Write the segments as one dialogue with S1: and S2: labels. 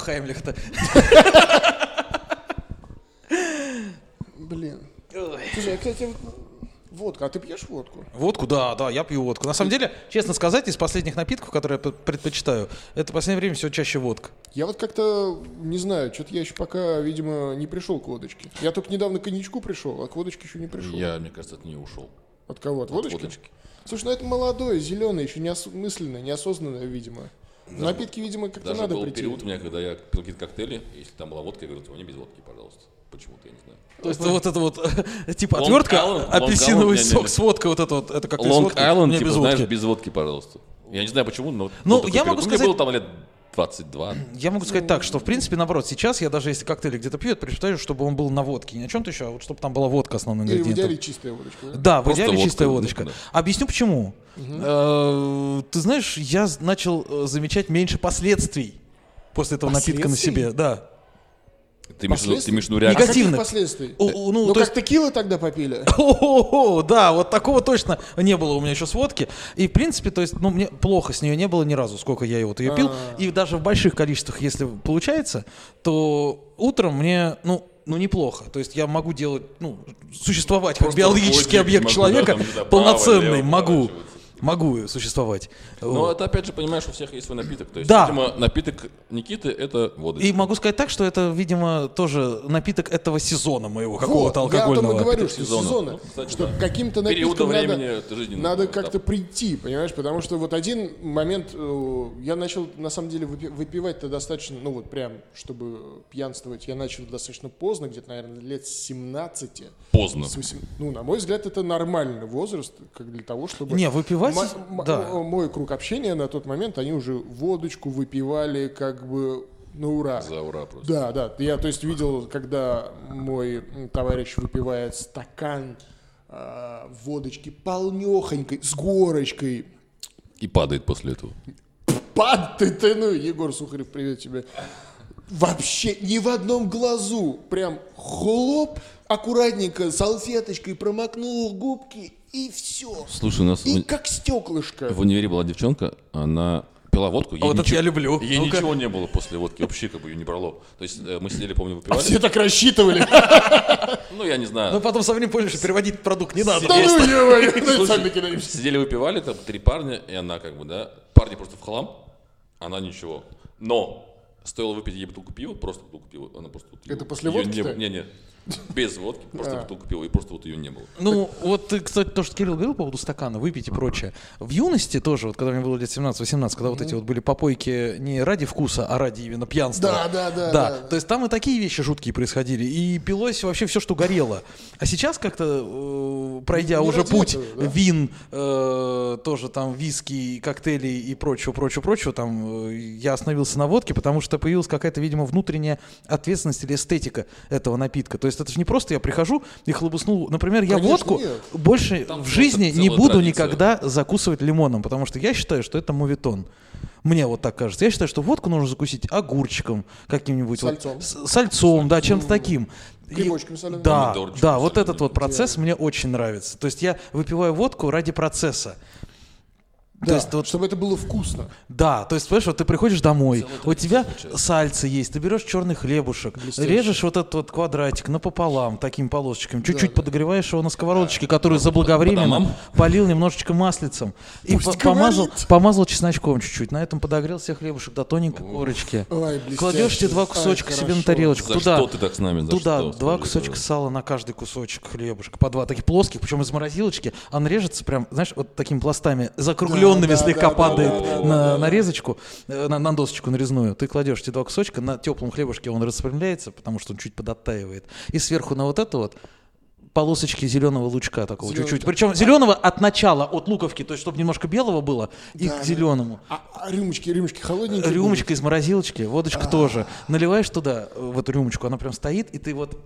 S1: землях-то?
S2: Блин. Слушай, а, кстати, водка. А ты пьешь водку?
S1: Водку, да, да, я пью водку. На самом деле, честно сказать, из последних напитков, которые я п- предпочитаю, это в последнее время все чаще водка.
S2: Я вот как-то не знаю, что-то я еще пока, видимо, не пришел к водочке. Я только недавно к коньячку пришел, а к водочке еще не пришел.
S3: Я, мне кажется, от нее ушел.
S2: От кого? От водочки?
S3: водочки.
S2: Слушай, ну это молодое, зеленое, еще неосмысленное, неосознанное, видимо. Напитки, видимо, как-то
S3: Даже
S2: надо
S3: был
S2: прийти.
S3: период у меня, когда я пил какие-то коктейли, если там была водка, я говорил, мне без водки, пожалуйста. Почему-то, я не знаю.
S1: То есть вот это вот, типа
S3: Long
S1: отвертка,
S3: Island- Long
S1: апельсиновый
S3: Island,
S1: сок
S3: не-не.
S1: А с водкой, вот это вот, это как
S3: Лонг Айленд,
S1: мне
S3: типа,
S1: без
S3: знаешь,
S1: водки.
S3: без водки, пожалуйста. Я не знаю почему, но...
S1: Ну,
S3: был такой
S1: я
S3: период.
S1: могу
S3: Ну,
S1: сказать-
S3: Мне было там лет 22.
S1: Я могу сказать так, что в принципе наоборот, сейчас я даже если коктейль где-то пью, я предпочитаю, чтобы он был на водке, не на чем-то еще, а вот чтобы там была водка основным
S2: Или в
S1: ингредиентом.
S2: идеале чистая водочка. да?
S1: Да, в
S3: Просто
S1: идеале
S3: водка,
S1: чистая
S3: ну,
S1: водочка.
S3: да.
S1: Объясню почему. Э, Ты знаешь, я з- начал э, замечать меньше последствий после этого напитка на
S2: Последствий?
S1: себе. Да.
S3: Ты имеешь в виду- ты имеешь в виду
S2: А
S3: реакцию?
S1: Негатив. Негативных.
S2: Каких последствий?
S1: О, о, ну,
S2: Ну
S1: то
S2: как
S1: есть-
S2: текилы тогда попили?
S1: О, да, вот такого точно не было у меня еще с водки. И, в принципе, то есть, ну, мне плохо с нее не было ни разу, сколько я вот ее пил.
S2: А.
S1: И даже в больших количествах, если получается, то утром мне, ну, ну, неплохо. То есть я могу делать, ну, существовать как
S3: Просто
S1: биологический
S3: ходишь,
S1: объект
S3: могу, да,
S1: человека,
S3: там, не знаю, право,
S1: полноценный,
S3: лево
S1: могу,
S3: поворачиваться. Ну, а
S1: могу существовать.
S3: Но это, опять же, понимаешь, у всех есть свой напиток. То есть,
S1: Да.
S3: видимо, напиток Никиты — это водочка.
S1: И могу сказать так, что это, видимо, тоже напиток этого сезона моего, какого-то
S2: Вот, я о том и
S1: алкогольного.
S2: говорю, что
S3: сезона.
S2: сезона.
S3: Ну, кстати,
S2: что
S3: да.
S2: к каким-то
S3: Периода
S2: напиткам
S3: времени
S2: надо,
S3: жизненного
S2: надо
S3: этапа.
S2: как-то прийти, понимаешь? Потому что вот один момент, э, я начал, на самом деле, выпи- выпивать-то достаточно, ну вот прям, чтобы пьянствовать, я начал достаточно поздно, где-то, наверное, лет с 17.
S3: Поздно.
S2: С восем- Ну, на мой взгляд, это нормальный возраст, как для того, чтобы...
S1: Не, выпивать,
S2: М- м-
S1: да.
S2: Мой круг общения на тот момент, они уже водочку выпивали как бы на ура.
S3: За ура просто.
S2: Да, да. Я, то есть, видел, когда мой м, товарищ выпивает стакан а, водочки полнехонькой, с горочкой.
S3: И падает после этого.
S2: Пад ты, ты, ну, Егор Сухарев, привет тебе. Вообще ни в одном глазу. Прям хлоп, аккуратненько салфеточкой промокнул губки и все.
S3: Слушай, у нас
S2: И
S3: в
S2: как стеклышко.
S3: в универе была девчонка, она пила водку. ей
S1: А вот это
S3: ничего-
S1: я люблю.
S3: Ей
S1: Ну-ка.
S3: ничего не было после водки, вообще как бы ее не брало. То есть э, мы сидели, помню,
S2: А
S3: выпивали.
S2: все так рассчитывали.
S3: Ну, я не
S1: Но
S3: знаю.
S1: потом со временем поняли, что переводить продукт не надо.
S2: Да ну, ё-моё, ну,
S3: Слушай,
S2: сами кидаемся.
S3: Сидели, выпивали, там три парня, и она как бы, да. Парни просто в хлам, она ничего. Но стоило выпить ей бутылку пива, просто бутылку пива, она просто... вот
S2: Это
S3: её-
S2: после
S3: её
S2: водки-то?
S3: Не, было. не, не, без водки, просто
S2: А.
S3: бутылку пива, и просто вот ее не было.
S1: Ну, вот, ты, кстати, то, что Кирилл говорил по поводу стакана, выпить и прочее. В юности тоже, вот когда мне было лет 17-18, когда вот эти вот были попойки не ради вкуса, а ради именно пьянства.
S2: Да, да, да, да.
S1: Да, то есть там и такие вещи жуткие происходили, и пилось вообще все, что горело. А сейчас как-то, э, пройдя
S2: Не
S1: уже
S2: ради
S1: путь
S2: этого, да.
S1: вин, э, тоже там виски, коктейли и прочего, прочего, прочего, там э, я остановился на водке, потому что появилась какая-то, видимо, внутренняя ответственность или эстетика этого напитка. То есть это же не просто я прихожу и хлобуснул. Например, я
S2: Конечно,
S1: водку
S2: нет.
S1: больше
S3: Там
S1: в
S3: просто
S1: жизни не
S3: целая
S1: буду
S3: традиция.
S1: никогда закусывать лимоном, потому что я считаю, что это мувитон. Мне вот так кажется. Я считаю, что водку нужно закусить огурчиком каким-нибудь. вот,
S2: Сальцом.
S1: с- сальцом, да, чем-то таким. И-
S2: Грибочком соленым.
S1: Да,
S3: Помидорчиком
S1: А, да, вот
S3: соленым.
S1: этот вот процесс мне очень нравится. То есть я выпиваю водку ради процесса.
S2: Да,
S1: есть вот-
S2: чтобы это было вкусно.
S1: Да, то есть, понимаешь, вот ты приходишь домой,
S3: Целая
S1: у тебя
S3: получается.
S1: сальцы есть, ты берешь черный хлебушек,
S2: Блестяще.
S1: режешь вот этот вот квадратик напополам, таким полосочком, чуть-чуть подогреваешь его на сковородочке, которую заблаговременно
S3: домам.
S1: полил немножечко маслицем и
S2: Пусть
S1: по- помазал,
S2: говорит.
S1: помазал чесночком чуть-чуть, на этом подогрел все хлебушек до тоненькой корочки.
S2: Ой, блестяще.
S1: Кладешь тебе два
S2: Ай,
S1: кусочка себе на
S2: хорошо.
S1: тарелочку,
S3: За
S1: туда,
S3: что ты так с нами? За
S1: туда
S3: что?
S1: два
S3: Скажи,
S1: кусочка
S3: пожалуйста.
S1: сала на каждый кусочек хлебушка, по два, таких плоских, причем из морозилочки, а он режется прям, знаешь, вот такими пластами, закругленными
S2: Да, да,
S1: слегка
S2: да,
S1: падает
S2: да, да,
S1: на нарезочку, э, на, на досочку нарезную, ты кладешь эти два кусочка, на теплом хлебушке он распрямляется, потому что он чуть подоттаивает, и сверху на вот это вот полосочки зеленого лучка такого
S2: Зелёного,
S1: чуть-чуть.
S2: да.
S1: Причем зеленого от начала, от луковки, то есть чтобы немножко белого было, и
S2: Да,
S1: к
S2: да.
S1: зеленому.
S2: А, а рюмочки, рюмочки холодненькие?
S1: Рюмочка из морозилочки, водочка тоже. Наливаешь туда э, в эту рюмочку, она прям стоит, и ты вот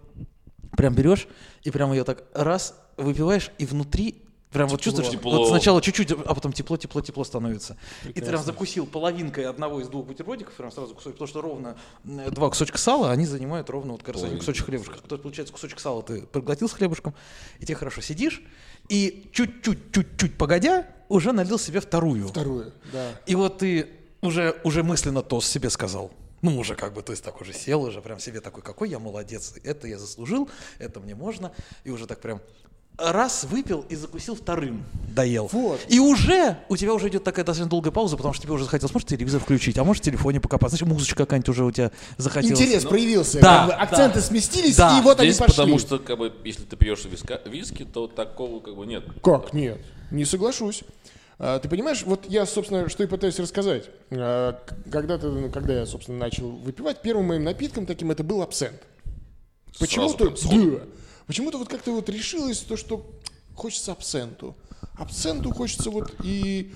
S1: прям берешь и прям ее так раз выпиваешь, и внутри прям вот чувствуешь,
S3: Тепло.
S1: вот сначала чуть-чуть, а потом тепло, тепло, тепло становится. И ты прям закусил половинкой одного из двух бутербродиков, прям сразу кусочек, потому что ровно э, два кусочка сала, они занимают ровно вот как раз один кусочек хлебушка. То есть, получается, кусочек сала ты проглотил с хлебушком, и тебе хорошо сидишь, и чуть-чуть, чуть-чуть погодя, уже налил себе вторую.
S2: Второе, да.
S1: И вот ты уже, уже мысленно тост себе сказал. Ну, уже как бы, то есть так уже сел, уже прям себе такой, какой я молодец, это я заслужил, это мне можно. И уже так прям раз выпил и закусил вторым, доел.
S2: Вот.
S1: И уже у тебя уже идет такая достаточно долгая пауза, потому что тебе уже захотелось, может, телевизор включить, а может, в телефоне покопаться, значит, музычка какая-нибудь уже у тебя захотелась.
S2: Интерес проявился.
S1: Да,
S2: как бы
S1: да.
S2: акценты сместились,
S1: Да.
S2: и вот
S3: Здесь
S2: они пошли.
S3: потому что, как бы, если ты пьешь виска- виски, то такого как бы нет.
S2: Как нет? Не соглашусь. А, Ты понимаешь, вот я, собственно, что и пытаюсь рассказать. А, к- Когда-то, ну, когда я, собственно, начал выпивать, первым моим напитком таким это был абсент. Почему-то,
S3: прям сходу.
S2: да, почему-то вот как-то вот решилось то, что хочется абсенту. Абсенту хочется вот и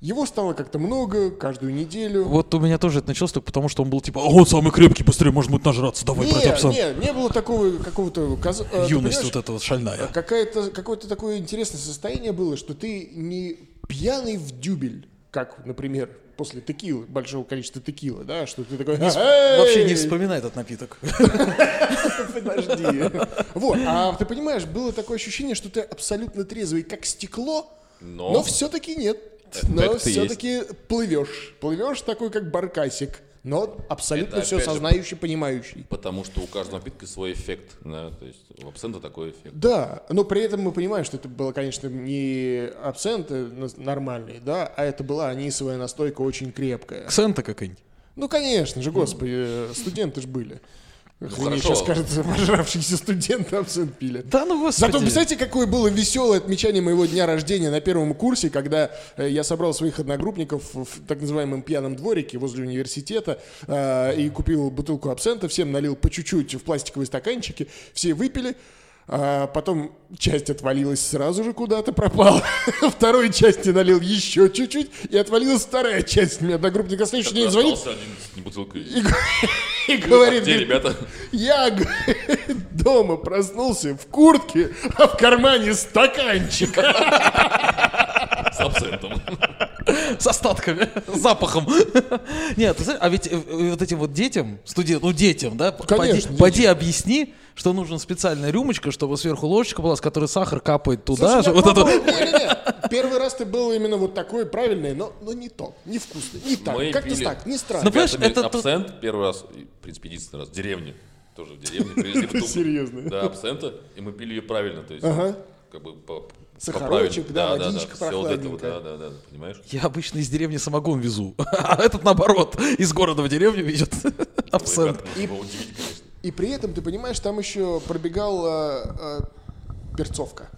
S2: его стало как-то много каждую неделю.
S1: Вот у меня тоже это началось только потому, что он был типа, «А вот самый крепкий, быстрее, может быть, нажраться, давай, брать
S2: Не,
S1: абсент».
S2: не, не было такого какого-то... каз- а, ты
S1: Юность
S2: понимаешь, э,
S1: вот эта вот шальная.
S2: Какое-то, какое-то такое интересное состояние было, что ты не пьяный в дюбель, как, например, после текилы, большого количества текилы, да, что ты такой... «Эй!»
S1: Вообще не вспоминай этот напиток.
S2: Подожди. Вот, а ты понимаешь, было такое ощущение, что ты абсолютно трезвый, как стекло,
S3: Но.
S2: но, все-таки нет.
S3: Эффект
S2: Но
S3: есть.
S2: все-таки плывешь. Плывешь такой, как баркасик, но абсолютно
S3: Это
S2: все
S3: опять же-
S2: сознающий, понимающий.
S3: Потому что у каждого напитка свой эффект. Да? То есть у абсента такой эффект.
S2: Да, но при этом мы понимаем, что это было, конечно, не абсенты нас- нормальные, да, а это была анисовая настойка очень крепкая.
S1: Ксента какая-нибудь.
S2: Ну, конечно же, господи, э, студенты же были. Мне
S3: хорошо.
S2: сейчас кажется, пожравшиеся студенты абсент пили.
S1: Да ну господи.
S2: Зато представьте, какое было веселое отмечание моего дня рождения на первом курсе, когда э, я собрал своих одногруппников в в так называемом пьяном дворике возле университета э, и купил бутылку абсента, всем налил по чуть-чуть в пластиковые стаканчики, все выпили. а потом часть отвалилась сразу же куда-то, пропала. Второй части налил еще чуть-чуть, и отвалилась вторая часть. Мне одногруппник следующий день звонит
S3: Остался один с бутылкой.
S2: и говорит,
S3: Где,
S2: говорит,
S3: ребята?
S2: я говорит, дома проснулся в куртке, а в кармане стаканчик.
S3: С абсентом.
S1: С остатками, с запахом. Нет, ты знаешь, а ведь э, э, вот этим вот детям, студентам, ну детям, да, поди,
S2: Конечно,
S1: поди объясни, что нужна специальная рюмочка, чтобы сверху ложечка была, с которой сахар капает туда.
S2: Слушай, я
S1: же, вот это
S2: пробовал.
S1: вот.
S2: Не-не-не. Первый раз ты был именно вот такой правильный, но, но не то, не вкусно, не так.
S3: Мы
S2: Как-то
S3: пили-
S2: так, не
S1: Ну,
S2: странно.
S1: понимаешь,
S3: Ребятами
S1: это тут-
S3: абсент первый раз, и, в принципе, единственный раз, в деревне. Тоже в деревне привезли в
S2: Ты
S3: Дубну.
S2: серьезно?
S3: Да, абсента, и мы пили ее правильно, то есть,
S2: Ага.
S3: как бы по
S2: Сахарочек,
S3: по правильному.
S2: да,
S3: да, да,
S2: водичка
S3: все вот это вот,
S2: прохладненькая.
S3: да, да, да, понимаешь?
S1: Я обычно из деревни самогон везу, а этот наоборот, из города в деревню везет абсент.
S3: Ребята, его удивить, конечно.
S2: И при этом, ты понимаешь, там еще пробегала э, перцовка.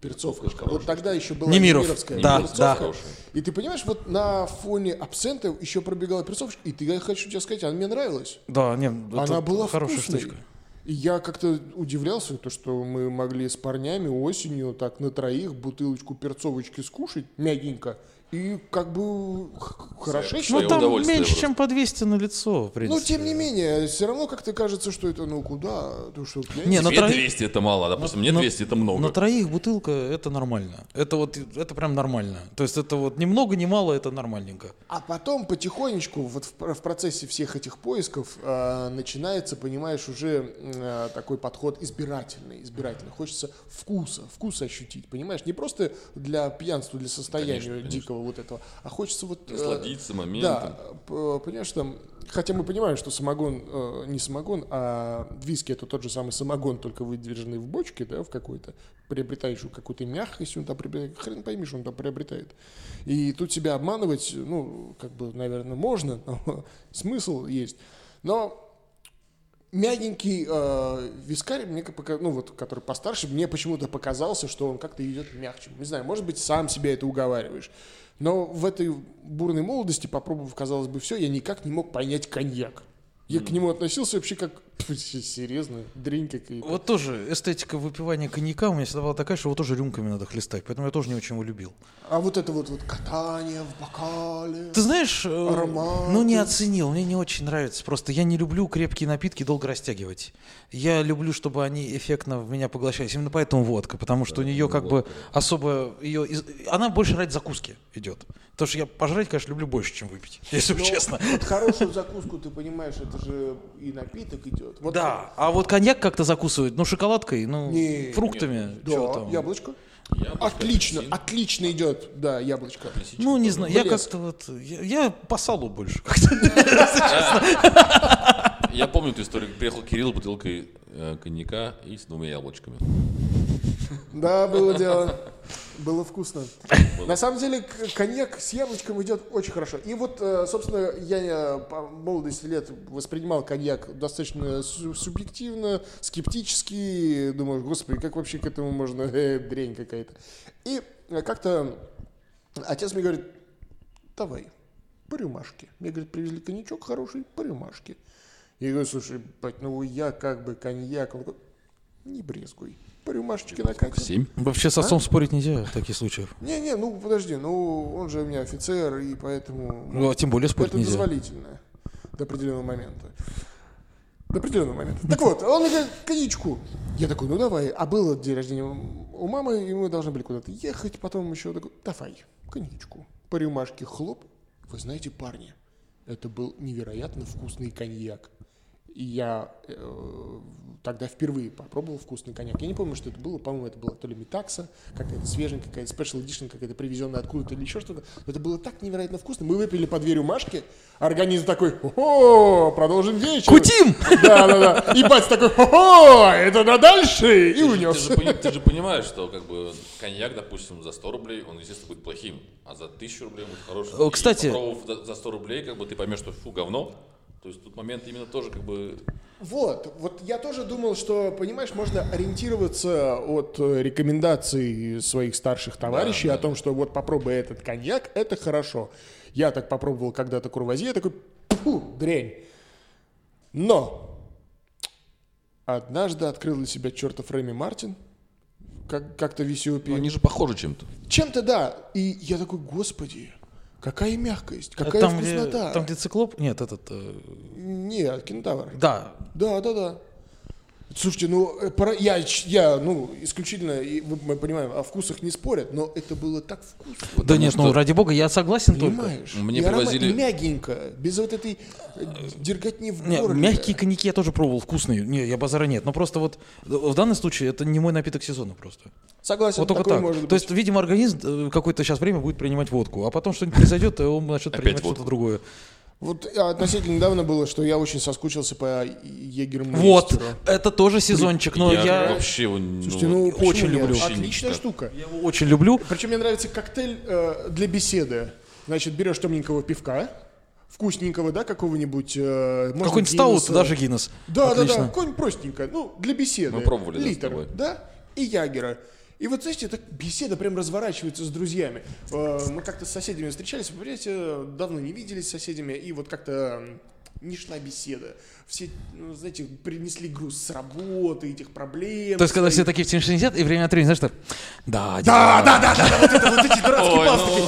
S2: Перцовка. Вот тогда еще была
S1: Немиров.
S2: Немировская
S1: Да,
S2: перцовка.
S1: да.
S2: И ты понимаешь, вот на фоне абсента еще пробегала перцовочка. И ты, я хочу тебе сказать, она мне нравилась.
S1: Да, не,
S2: Она
S1: это
S2: была
S1: хорошая
S2: вкусной.
S1: штучка.
S2: И я как-то удивлялся, то, что мы могли с парнями осенью так на троих бутылочку перцовочки скушать мягенько. И как бы х-
S3: Ну,
S2: хорошечно.
S1: Ну
S3: Я
S1: там
S3: удовольствие
S1: меньше,
S3: просто.
S1: чем по 200 на лицо, в
S2: Но
S1: принципе.
S2: Ну, тем не менее, все равно как-то кажется, что это ну куда? То, что пьянь.
S1: Не, ну, на
S3: Тебе
S1: троих-
S3: 200 это мало, а, допустим, мне
S1: на-
S3: 200 это
S1: На
S3: много.
S1: троих бутылка это нормально. Это вот это прям нормально. То есть это вот ни много ни мало, это нормальненько.
S2: А потом потихонечку, вот в, пр- в процессе всех этих поисков, э, начинается, понимаешь, уже э, такой подход избирательный, избирательный. Хочется вкуса, вкуса ощутить, понимаешь? Не просто для пьянства, для состояния
S3: Ну, Конечно, конечно.
S2: дикого вот этого, а хочется вот... э,
S3: Насладиться моментом.
S2: Да, п- понимаешь, там... Хотя мы понимаем, что самогон, э, не самогон, а виски это тот же самый самогон, только выдержанный в бочке, да, в какой-то, приобретающую какую-то мягкость, он там приобретает, хрен пойми, что он там приобретает. И тут себя обманывать, ну, как бы, наверное, можно, но смысл есть. Но мягенький э, вискарь, мне пока, ну вот, который постарше, мне почему-то показался, что он как-то идет мягче. Не знаю, может быть, сам себя это уговариваешь. Но в этой бурной молодости, попробовав, казалось бы, все, я никак не мог понять коньяк. Я к нему относился вообще как пф, серьезно, дрень какая-то.
S1: Вот тоже эстетика выпивания коньяка у меня всегда была такая, что его тоже рюмками надо хлестать, поэтому я тоже не очень его любил.
S2: А вот это вот, вот катание в бокале.
S1: Ты знаешь, э,
S2: Ароматы.
S1: ну не оценил, мне не очень нравится. Просто я не люблю крепкие напитки долго растягивать. Я люблю, чтобы они эффектно в меня поглощались. Именно поэтому водка, потому что у нее как бы особо ее, из- она больше ради закуски идет. Потому что я пожрать, конечно, люблю больше, чем выпить, если
S2: Но
S1: честно.
S2: вот хорошую закуску, ты понимаешь, это же и напиток идет. идет. Вот
S1: Да, а вот коньяк как-то закусывают, ну, шоколадкой, ну,
S2: Не,
S1: фруктами.
S2: Да,
S1: чё там.
S2: яблочко.
S3: Яблочко,
S2: отлично,
S3: апельсин.
S2: отлично идет. Да, яблочко.
S3: а
S1: Ну, не знаю, я
S2: Блеск.
S1: как-то вот, я, я по салу больше как-то.
S3: Я помню эту историю. Приехал Кирилл бутылкой э, коньяка и с двумя яблочками.
S2: Да, было дело. Было вкусно. На самом деле к- коньяк с яблочком идет очень хорошо. И вот, э, собственно, я э, по молодости лет воспринимал коньяк достаточно су- субъективно, скептически. Думаешь, господи, как вообще к этому можно? Э, дрянь какая-то. И э, как-то отец мне говорит, давай, по рюмашке. Мне, говорит, привезли коньячок хороший, по рюмашке. Я говорю, слушай, бать, ну я как бы коньяк. Он такой, не брезгуй, по рюмашечке накатим.
S3: Семь.
S2: А?
S1: Вообще с отцом спорить нельзя в таких случаях.
S2: Не-не, ну подожди, ну он же у меня офицер, и поэтому...
S1: Ну, а тем более спорить
S2: это
S1: нельзя.
S2: дозволительно до определенного момента. До определенного момента. Так вот, он мне говорит, коньячку. Я такой, ну давай. А было день рождения у мамы, и мы должны были куда-то ехать. Потом еще такой, давай, коньячку. По рюмашке хлоп. Вы знаете, парни, это был невероятно вкусный коньяк. И я э, тогда впервые попробовал вкусный коньяк. Я не помню, что это было. По-моему, это было то ли Метакса, какая-то свеженькая, какая-то Special Edition, какая-то привезенная откуда-то или еще что-то. Но это было так невероятно вкусно. Мы выпили по дверью Машки. Организм такой, о продолжим вечер.
S1: Кутим!
S2: Да, да, да. И батя такой, о это на дальше. И
S3: Ты
S2: унес.
S3: же, пони- ты же понимаешь, что как бы коньяк, допустим, за 100 рублей, он, естественно, будет плохим, а за 1000 рублей он будет хорошим.
S1: О,
S3: И
S1: кстати-
S3: попробовав за- за 100 рублей, как бы ты поймешь, что фу, говно. То есть тут момент именно тоже как бы...
S2: Вот, вот я тоже думал, что, понимаешь, можно ориентироваться от э, рекомендаций своих старших товарищей о том, что вот попробуй этот коньяк, это хорошо. Я так попробовал когда-то курвази, я такой, пфу, дрянь. Но однажды открыл для себя чертов Рэми Мартин, как- как-то Висиопи.
S3: же похожи чем-то.
S2: Чем-то да. И я такой, господи, какая мягкость, какая
S1: Там где,
S2: вкуснота.
S1: там, где циклоп? Нет, этот... э,
S2: Нет, кинотавр.
S1: Да.
S2: Да, да, да. Слушайте, ну, э, пора- я, ч- я, ну, исключительно, и мы, мы понимаем, о вкусах не спорят, но это было так вкусно,
S1: да нет, ну
S3: что-
S1: ради бога, я согласен только.
S2: понимаешь?
S3: Мне
S2: И аромат
S3: привозили-
S2: мягенько, без вот этой э, дерготни в
S1: Не,
S2: горле.
S1: мягкие коньяки я тоже пробовал, вкусные. Не, я базара нет. Но просто вот э, в данном случае это не мой напиток сезона просто.
S2: Согласен,
S1: Вот только
S2: такое
S1: так.
S2: может быть.
S1: То есть, видимо, организм э, какое-то сейчас время будет принимать водку, а потом что-нибудь произойдет, и он начнет
S3: Опять
S1: принимать
S3: водку.
S1: что-то другое.
S2: Вот э, относительно недавно было, что я очень соскучился по егерму
S3: Ну,
S1: Вот, это тоже сезончик, но я,
S3: вообще его ну,
S2: Слушайте, ну, почему
S1: очень
S2: нет?
S1: люблю.
S2: Отличная
S3: Никак.
S2: штука.
S1: я его очень люблю.
S2: Причем мне нравится коктейль э, для беседы. Значит, берешь темненького пивка, вкусненького, да, какого-нибудь. э, можно
S1: Какой-нибудь
S2: Гиннесса.
S1: стаут, даже Гиннес.
S2: Да, да, да,
S1: Отлично.
S2: какой-нибудь простенькое. Ну, для беседы.
S3: Мы пробовали, да, с
S2: Литр,
S3: тобой.
S2: да, и ягера. И вот, знаете, так беседа прям разворачивается с друзьями. Э, Мы как-то с соседями встречались, вы понимаете, давно не виделись с соседями, и вот как-то м, не шла беседа. Все, ну, знаете, принесли груз с работы, этих проблем.
S1: То есть, когда
S2: своих.
S1: все такие в тени сидят, и время от времени, знаешь, так, да,
S2: Да, А, да, да, да, да, вот это вот эти дурацкие
S3: Ой, ну.
S2: пастыки.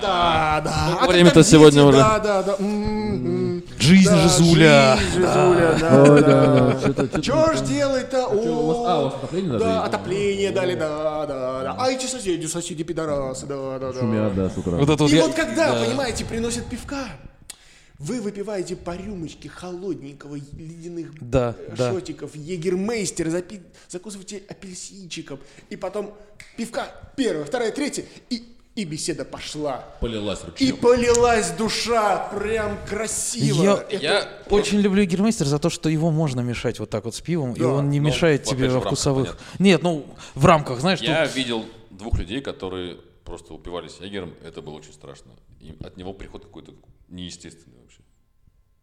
S2: А, да, да. А
S3: время-то
S2: тогда
S3: сегодня
S2: дети,
S3: уже.
S2: Да, да, да. м, м.
S1: Жизнь
S2: Да,
S1: Жизуля.
S2: жизнь, Жизуля,
S4: Ой,
S2: да,
S4: да, что-то-
S2: да.
S4: что-то
S2: Чё ж
S4: там.
S2: делать-то?
S4: у вас- а, у вас
S2: О,
S4: отопление даже
S2: Да,
S4: есть?
S2: отопление дали, да, да, да. А эти соседи, соседи пидорасы, да, да, да.
S4: Шумят, да, с утра.
S1: Вот это вот
S2: И
S1: я-
S2: вот когда, понимаете, приносят пивка, вы выпиваете по рюмочке холодненького ледяных
S1: Да,
S2: э,
S1: да.
S2: шотиков, егермейстер, запи- закусываете апельсинчиком, и потом пивка первая, вторая, третья, и, и беседа пошла.
S3: Полилась
S2: И
S3: ручьем.
S2: полилась душа, прям красиво.
S1: Я-
S2: Это-
S3: Я
S1: Очень люблю Гермейстер за то, что его можно мешать вот так вот с пивом, и
S2: Да.
S1: он не
S3: Ну,
S1: мешает
S3: опять
S1: тебе
S3: же, в
S1: во
S3: рамках,
S1: вкусовых. Нет, ну в рамках, знаешь,
S3: Я
S1: тут-
S3: видел двух людей, которые просто упивались ягером, это было очень страшно. И от него приход какой-то неестественный вообще.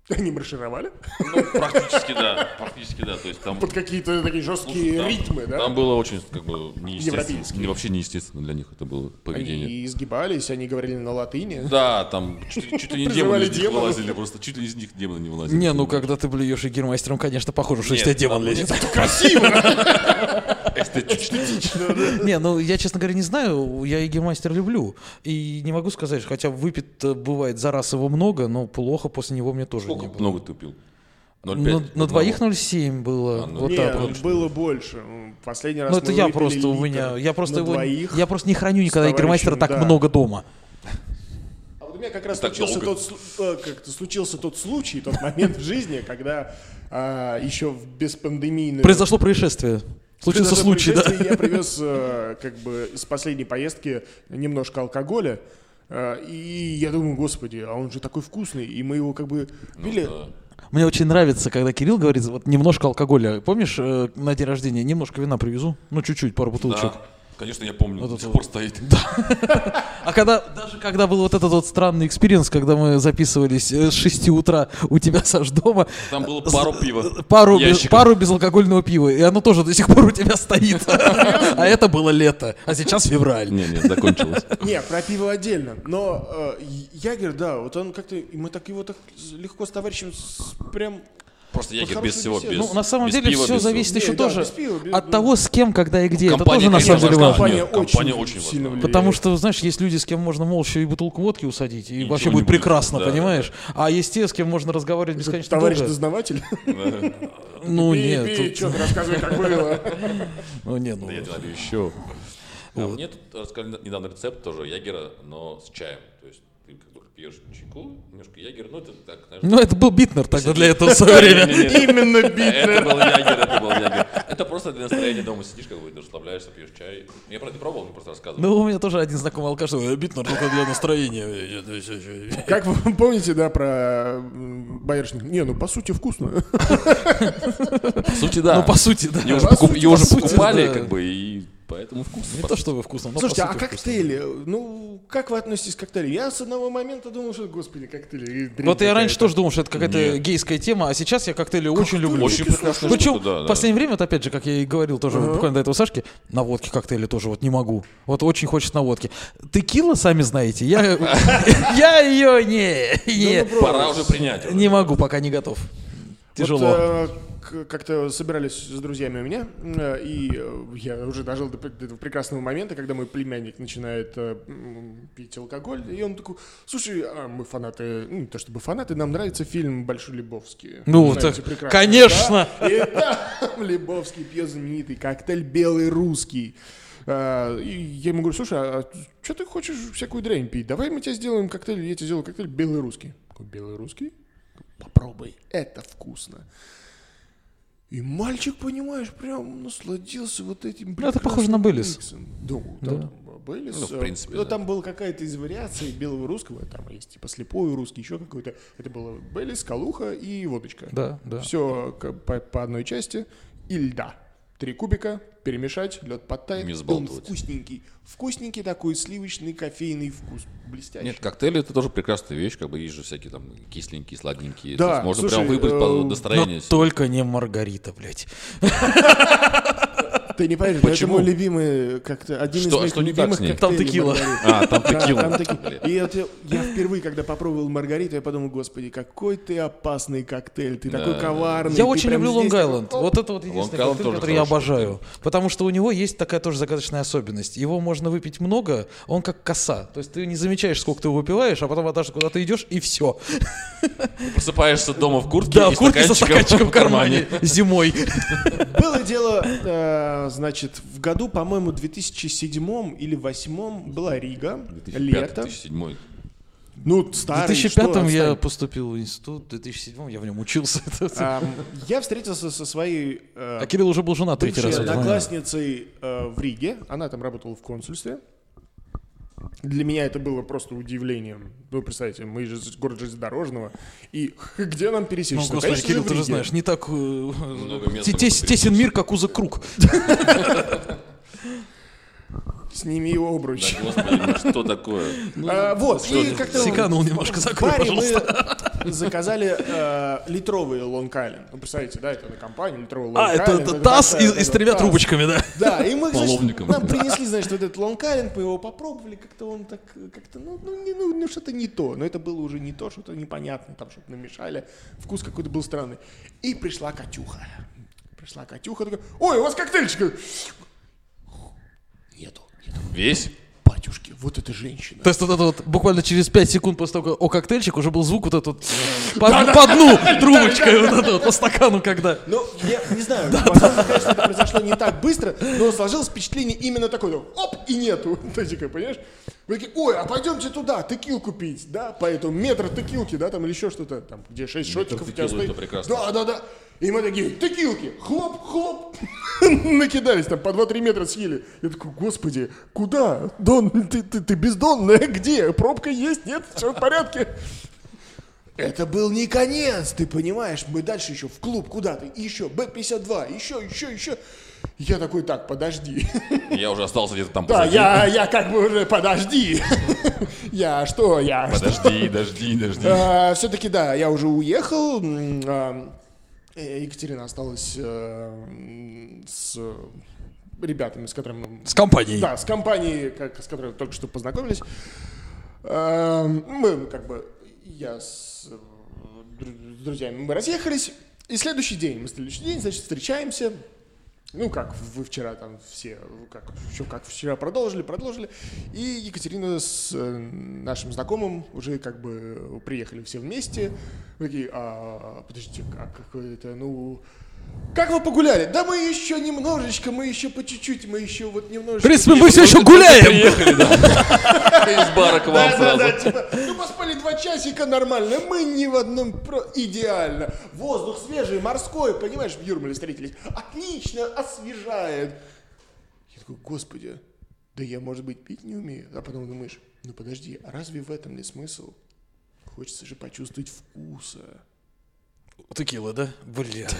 S2: Они маршировали
S3: Ну, практически да, практически да. То есть там,
S2: под какие-то такие жесткие
S3: там-
S2: ритмы, да?
S3: там было очень как бы неестественно.
S2: Европейские.
S3: Не- Вообще неестественно для них это было поведение.
S2: Они изгибались, они говорили на латыни.
S3: Да, там чуть, ли- чуть ли не демоны
S2: Призывали
S3: из них
S2: демонов.
S3: вылазили, просто чуть ли из них демоны не вылазили.
S1: Не, ну когда ты блюешь и гермайстером, конечно, похоже, что из тебя
S3: Нет, там
S1: демон лезет.
S3: Эстетично.
S1: Не, ну я, честно говоря, не знаю, я и гермайстер люблю. И не могу сказать, хотя выпит э, бывает за раз его много, но плохо после него мне тоже не
S3: Сколько
S1: было.
S3: много ты пил? 0,5?
S1: На, Ну, на
S3: Одного.
S1: двоих 0,7 было.
S3: А, ну
S1: вот
S2: Не,
S1: так вот.
S3: вот.
S2: было больше. М, Последний раз
S1: Ну это
S2: мы
S1: я
S2: выпили
S1: просто у
S2: литр
S1: меня, я просто
S2: на
S1: его,
S2: двоих.
S1: я просто не храню никогда
S2: товарищем,
S1: гермайстера так
S2: да.
S1: много дома.
S2: А вот У меня как раз
S3: Так
S2: случился
S3: долго.
S2: тот, слу- э, как-то случился тот случай, тот момент в жизни, когда а, еще в беспандемийную...
S1: Произошло происшествие. Случился
S2: Произошло
S1: случай, да.
S2: происшествие, Я привез э, как бы из последней поездки немножко алкоголя. э, И я думаю, господи, а он же такой вкусный, и мы его как бы пили.
S3: Ну Да.
S1: Мне очень нравится, когда Кирилл говорит, вот немножко алкоголя. Помнишь, э, на день рождения немножко вина привезу? Ну, чуть-чуть, пару бутылочек.
S3: Да. Конечно, я помню,
S1: Вот
S3: до
S1: это
S3: сих
S1: вот.
S3: пор стоит.
S1: А когда, даже когда был вот этот вот странный экспириенс, когда мы записывались э, с 6 утра у тебя, Саш, дома.
S3: Там было пару пива.
S1: Пару, без-
S3: Ящиков.
S1: пару безалкогольного пива, и оно тоже до сих пор у тебя стоит. А это было лето, а сейчас февраль.
S3: Не, не, закончилось.
S2: Не, про пиво отдельно. Но э, Ягер, да, вот он как-то. и Мы так его так легко с товарищем с- прям.
S3: Просто ягер
S2: хорошую
S3: без всего,
S2: беседу.
S3: без
S1: Ну, на самом
S3: без
S1: деле
S3: пива,
S1: все
S3: без всего.
S1: зависит еще
S2: Не, да,
S1: тоже
S2: без пива, без-
S1: от того, с кем, когда и где. Это
S3: Компания,
S1: тоже на
S3: конечно,
S1: самом деле
S3: важна.
S1: важно.
S3: Компания компания очень
S2: сильно влияет.
S1: Потому что, знаешь, есть люди, с кем можно молча и бутылку водки усадить, и
S3: Ничего
S1: вообще
S3: не
S1: будет
S3: будет,
S1: прекрасно,
S3: да.
S1: понимаешь? А есть те, с кем можно разговаривать бесконечно
S2: Товарищ
S1: долго.
S2: дознаватель.
S1: Ну,
S2: Пей,
S1: нет,
S2: пей,
S1: тут-
S2: чё ты рассказывай, как было.
S1: ну, не, ну,
S3: Я тебе налью еще. А мне тут рассказали недавно рецепт тоже ягера, но с чаем. То есть ты как бы пьешь чайку, немножко ягер, ну это так, знаешь.
S1: ну, это был Битнер тогда для этого в свое время.
S2: Именно
S3: Это
S2: битвер.
S3: был ягер, это был ягер. Это просто для настроения дома сидишь, как бы расслабляешься, пьешь чай. Я про это пробовал, мне просто рассказывал.
S1: Ну, у меня тоже один знакомый алкаш, «Э, Битнер только для настроения.
S2: Как вы помните, да, про м, боярышник? Не, ну по сути вкусно.
S3: По сути, да.
S1: Ну, по сути, да.
S3: Его уже
S1: По
S3: покуп-
S1: сути,
S3: его
S1: по
S3: уже
S1: сути,
S3: покупали,
S1: да.
S3: как бы, и поэтому вкусно.
S1: Не то чтобы вкусно, но
S2: Слушайте,
S1: по
S2: а
S1: сути вкусно.
S2: коктейли? Ну, как вы относитесь к коктейлям? Я с одного момента думал, что, господи, коктейли. и дрянь
S1: Вот я раньше
S2: какая-то.
S1: тоже думал, что это какая-то
S3: Нет.
S1: гейская тема, а сейчас я коктейли очень люблю.
S3: Очень прекрасно.
S1: Причем
S3: да,
S1: в
S3: да.
S1: последнее время, вот опять же, как я и говорил тоже буквально до этого Сашке, на водке коктейли тоже вот не могу. Вот очень хочется на водке. Текила, сами знаете, я, я ее не, не,
S3: Пора уже принять.
S1: не могу, пока не готов.
S2: Ну, Вот,
S1: Тяжело.
S2: э, к- как-то собирались с друзьями у меня, э, и э, я уже дожил до, пр- до этого прекрасного момента, когда мой племянник начинает э, м, пить алкоголь, и он такой, слушай, а мы фанаты, ну, не то чтобы фанаты, нам нравится фильм «Большой Лебовский».
S1: Ну,
S2: Знаете,
S1: так,
S2: прекрасно,
S1: конечно.
S2: да? И там Лебовский пьет знаменитый коктейль «Белый русский». Э, И я ему говорю, слушай, а что ты хочешь всякую дрянь пить? Давай мы тебе сделаем коктейль, я тебе сделаю коктейль «Белый русский». Такой, «Белый русский»? попробуй, это вкусно. И мальчик, понимаешь, прям насладился вот этим
S1: Ну, это похоже на
S2: прекрасным
S1: Бейлис.
S2: миксом. Да, там Бейлис.
S3: Ну, в
S2: э,
S3: принципе,
S2: ну,
S3: да.
S2: там была какая-то из вариаций белого русского, там есть типа слепой русский, еще какой-то. Это было Бейлис, Калуха и водочка.
S1: Да, да.
S2: Все по, по одной части и льда. Три кубика, перемешать, лед подтает,
S3: Не
S2: и он
S3: взбалтывать.
S2: вкусненький. Вкусненький такой сливочный кофейный вкус, блестящий.
S3: Нет, коктейли это тоже прекрасная вещь, как бы есть же всякие там кисленькие, сладенькие.
S2: Да,
S3: То есть можно
S2: слушай,
S3: прям выбрать
S2: э,
S3: по
S1: Но
S3: настроению.
S1: только не Маргарита, блядь.
S2: Ты не поверишь,
S3: Почему?
S2: это мой любимый, как-то один
S3: Что-
S2: из моих
S3: что не так
S2: любимых
S3: с ней?
S1: Там
S2: коктейлей
S1: текила.
S2: «Маргарита».
S3: А, там
S2: Да,
S3: текила.
S2: там текила. И это я впервые, когда попробовал Маргариту, я подумал, господи, какой ты опасный коктейль, ты такой коварный.
S1: Я
S2: ты
S1: очень
S2: прям
S1: люблю
S2: здесь
S1: Лонг Айленд.
S2: такой, оп.
S1: Вот это вот единственный
S3: Лонг-Айленд
S1: коктейль,
S3: тоже
S1: который я
S3: хороший
S1: обожаю. Потому что у него есть такая тоже загадочная особенность. Его можно выпить много, он как коса. То есть ты не замечаешь, сколько ты его выпиваешь, а потом однажды куда-то идешь и все.
S3: Просыпаешься дома в куртке
S1: Да,
S3: и
S1: в куртке со
S3: стаканчиком в кармане.
S1: зимой.
S2: Было дело, э, значит, в году, по-моему, 2007 или 2008 была Рига,
S3: 2005,
S2: лето.
S3: 2007.
S2: Ну,
S1: В
S2: старый,
S1: 2005
S2: что,
S1: я
S2: отстань.
S1: поступил в институт, в 2007 я в нем учился.
S2: Ам, Я встретился со своей... э,
S1: А Кирилл уже был женат третий
S2: Бывшей
S1: раз. я понимаю.
S2: одноклассницей э, в Риге. Она там работала в консульстве. Для меня это было просто удивлением. Ну, представьте, мы же с- город железнодорожного. И где нам
S1: Ну,
S2: пересечься?
S1: господи,
S2: Конечно же,
S1: Кирилл,
S2: в
S1: ты же
S2: Риге.
S1: знаешь, не так... э,
S3: места
S1: те-
S3: можно
S1: тес- Тесен мир, как уза круг.
S2: Сними обруч.
S3: Да, господи, ну что такое?
S2: А, вот,
S1: Ну,
S2: и
S3: ты-
S2: как-то...
S1: Секанул немножко,
S2: в
S1: закрой,
S2: баре
S1: пожалуйста.
S2: мы заказали э, литровый Лонг Айленд. Ну, представляете, да, это на компании литровый Лонг
S1: А, это- это таз и и с тремя трубочками, да?
S2: Да, и мы, значит,
S3: Половником.
S2: нам принесли, значит, вот этот лонкаринг, мы его попробовали, как-то он так, э, как-то, ну, ну, не- ну, ну, что-то не то, но это было уже не то, что-то непонятное, там что-то намешали, вкус какой-то был странный. И пришла Катюха. Пришла Катюха, такая, ой, у вас коктейльчик. Нету, нету.
S3: Весь?
S2: Батюшки, Вот эта женщина.
S1: То есть вот это вот буквально через 5 секунд после того, как о коктейльчик, уже был звук вот этот вот по, по дну трубочкой, вот это вот по стакану, когда.
S2: Ну, я не знаю, возможно, конечно, это произошло не так быстро, но сложилось впечатление именно такое, ну, оп, и нету. Ты такой, понимаешь? Мы такие, ой, а пойдемте туда, текил купить, да, поэтому метр текилки, да, там или еще что-то, там, где 6 шотиков у тебя
S3: текилы, это
S2: стоит.
S3: прекрасно.
S2: Да, да, да. И мы такие, текилки, хлоп, хлоп, накидались там, по 2-3 метра съели. Я такой, господи, куда? Дон, ты, ты, ты бездонная, где? Пробка есть, нет, все в порядке. Это был не конец, ты понимаешь, мы дальше еще в клуб куда-то, и еще, Б-52, еще, еще, еще. Я такой, так, подожди.
S3: Я уже остался где-то там
S2: Да,
S3: позади.
S2: я, я как бы уже, подожди. Я что, я что?
S3: Подожди, дожди, дожди.
S2: Все-таки, да, я уже уехал. м, а, э, Екатерина осталась э, м, с ребятами, с которыми... мы-
S1: С компанией.
S2: Да, с компанией, как, с которой только что познакомились. Эм, Мы как бы... Я с э, дру- с друзьями мы разъехались. И следующий день, мы следующий день, значит, встречаемся. Ну, как вы вчера там все, как, еще как вчера продолжили, продолжили. И Екатерина с э, нашим знакомым уже как бы приехали все вместе. Мы такие, а, подождите, а какое это, ну... Как вы погуляли? Да мы еще немножечко, мы еще по чуть-чуть, мы еще вот
S1: В
S2: немножечко...
S1: принципе, мы все еще гуляем.
S3: Приехали, да. Из бара к вам
S2: Да, да, да,
S3: сразу.
S2: типа, ну поспали два часика нормально, мы ни в одном про... Идеально. Воздух свежий, морской, понимаешь, в Юрмале встретились. Отлично, освежает. Я такой, господи, да я, может быть, пить не умею. А потом думаешь, ну подожди, а разве в этом не смысл? Хочется же почувствовать вкуса.
S1: Текила, да? Блядь.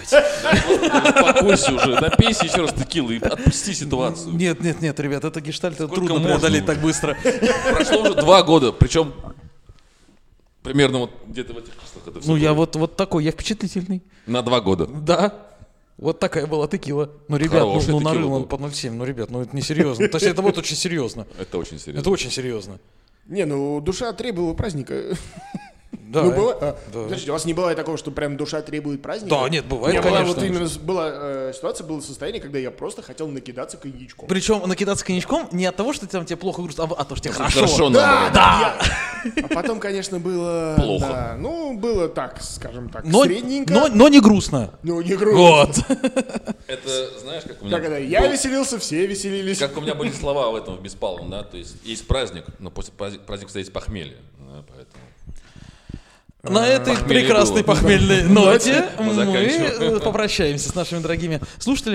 S3: Покойся уже, напейся еще раз текилы и отпусти ситуацию.
S1: Нет, нет, нет, ребят, это гештальт, это
S3: Сколько
S1: трудно
S3: можно
S1: преодолеть
S3: уже?
S1: так быстро.
S3: Прошло уже два года, причем примерно вот где-то в этих числах это все.
S1: Ну, я вот, вот такой, я впечатлительный.
S3: На два года.
S1: Да. Вот такая была текила. Ну, ребят, ну,
S3: Хорошая
S1: ну
S3: текила
S1: нарыл он
S3: была.
S1: по 0,7. Ну, ребят, ну это не серьезно. То есть это вот очень серьезно.
S3: Это очень серьезно.
S1: Это очень серьезно.
S2: Не, ну душа требовала праздника.
S1: Да.
S2: Ну, бывает. а,
S1: Да.
S2: Подожди, у вас не бывает такого, что прям душа требует праздника?
S1: Да, нет, бывает,
S2: У меня была
S1: конечно.
S2: вот именно с- была э, ситуация, было состояние, когда я просто хотел накидаться коньячком.
S1: Причем накидаться коньячком не от того, что там тебе плохо грустно, а, а то, что тебе хорошо.
S3: Хорошо,
S2: Да,
S3: наоборот.
S2: да. я- А потом, конечно, было...
S3: А Плохо.
S2: да, ну, было так, скажем так,
S1: Но,
S2: средненько.
S1: но, но не грустно.
S2: Ну, не грубо.
S1: Вот.
S3: Это, знаешь, как у меня...
S2: Как это, я
S3: был-
S2: веселился, все веселились.
S3: Как у меня были слова в этом, в Беспалом, да? То есть есть праздник, но после праздни- праздника всегда есть похмелье. Да, поэтому...
S1: На этой
S3: Э, Похмелье
S1: прекрасной
S3: было.
S1: похмельной ноте
S3: Мы
S1: мы
S3: заканчиваем.
S1: э, попрощаемся с нашими дорогими слушателями.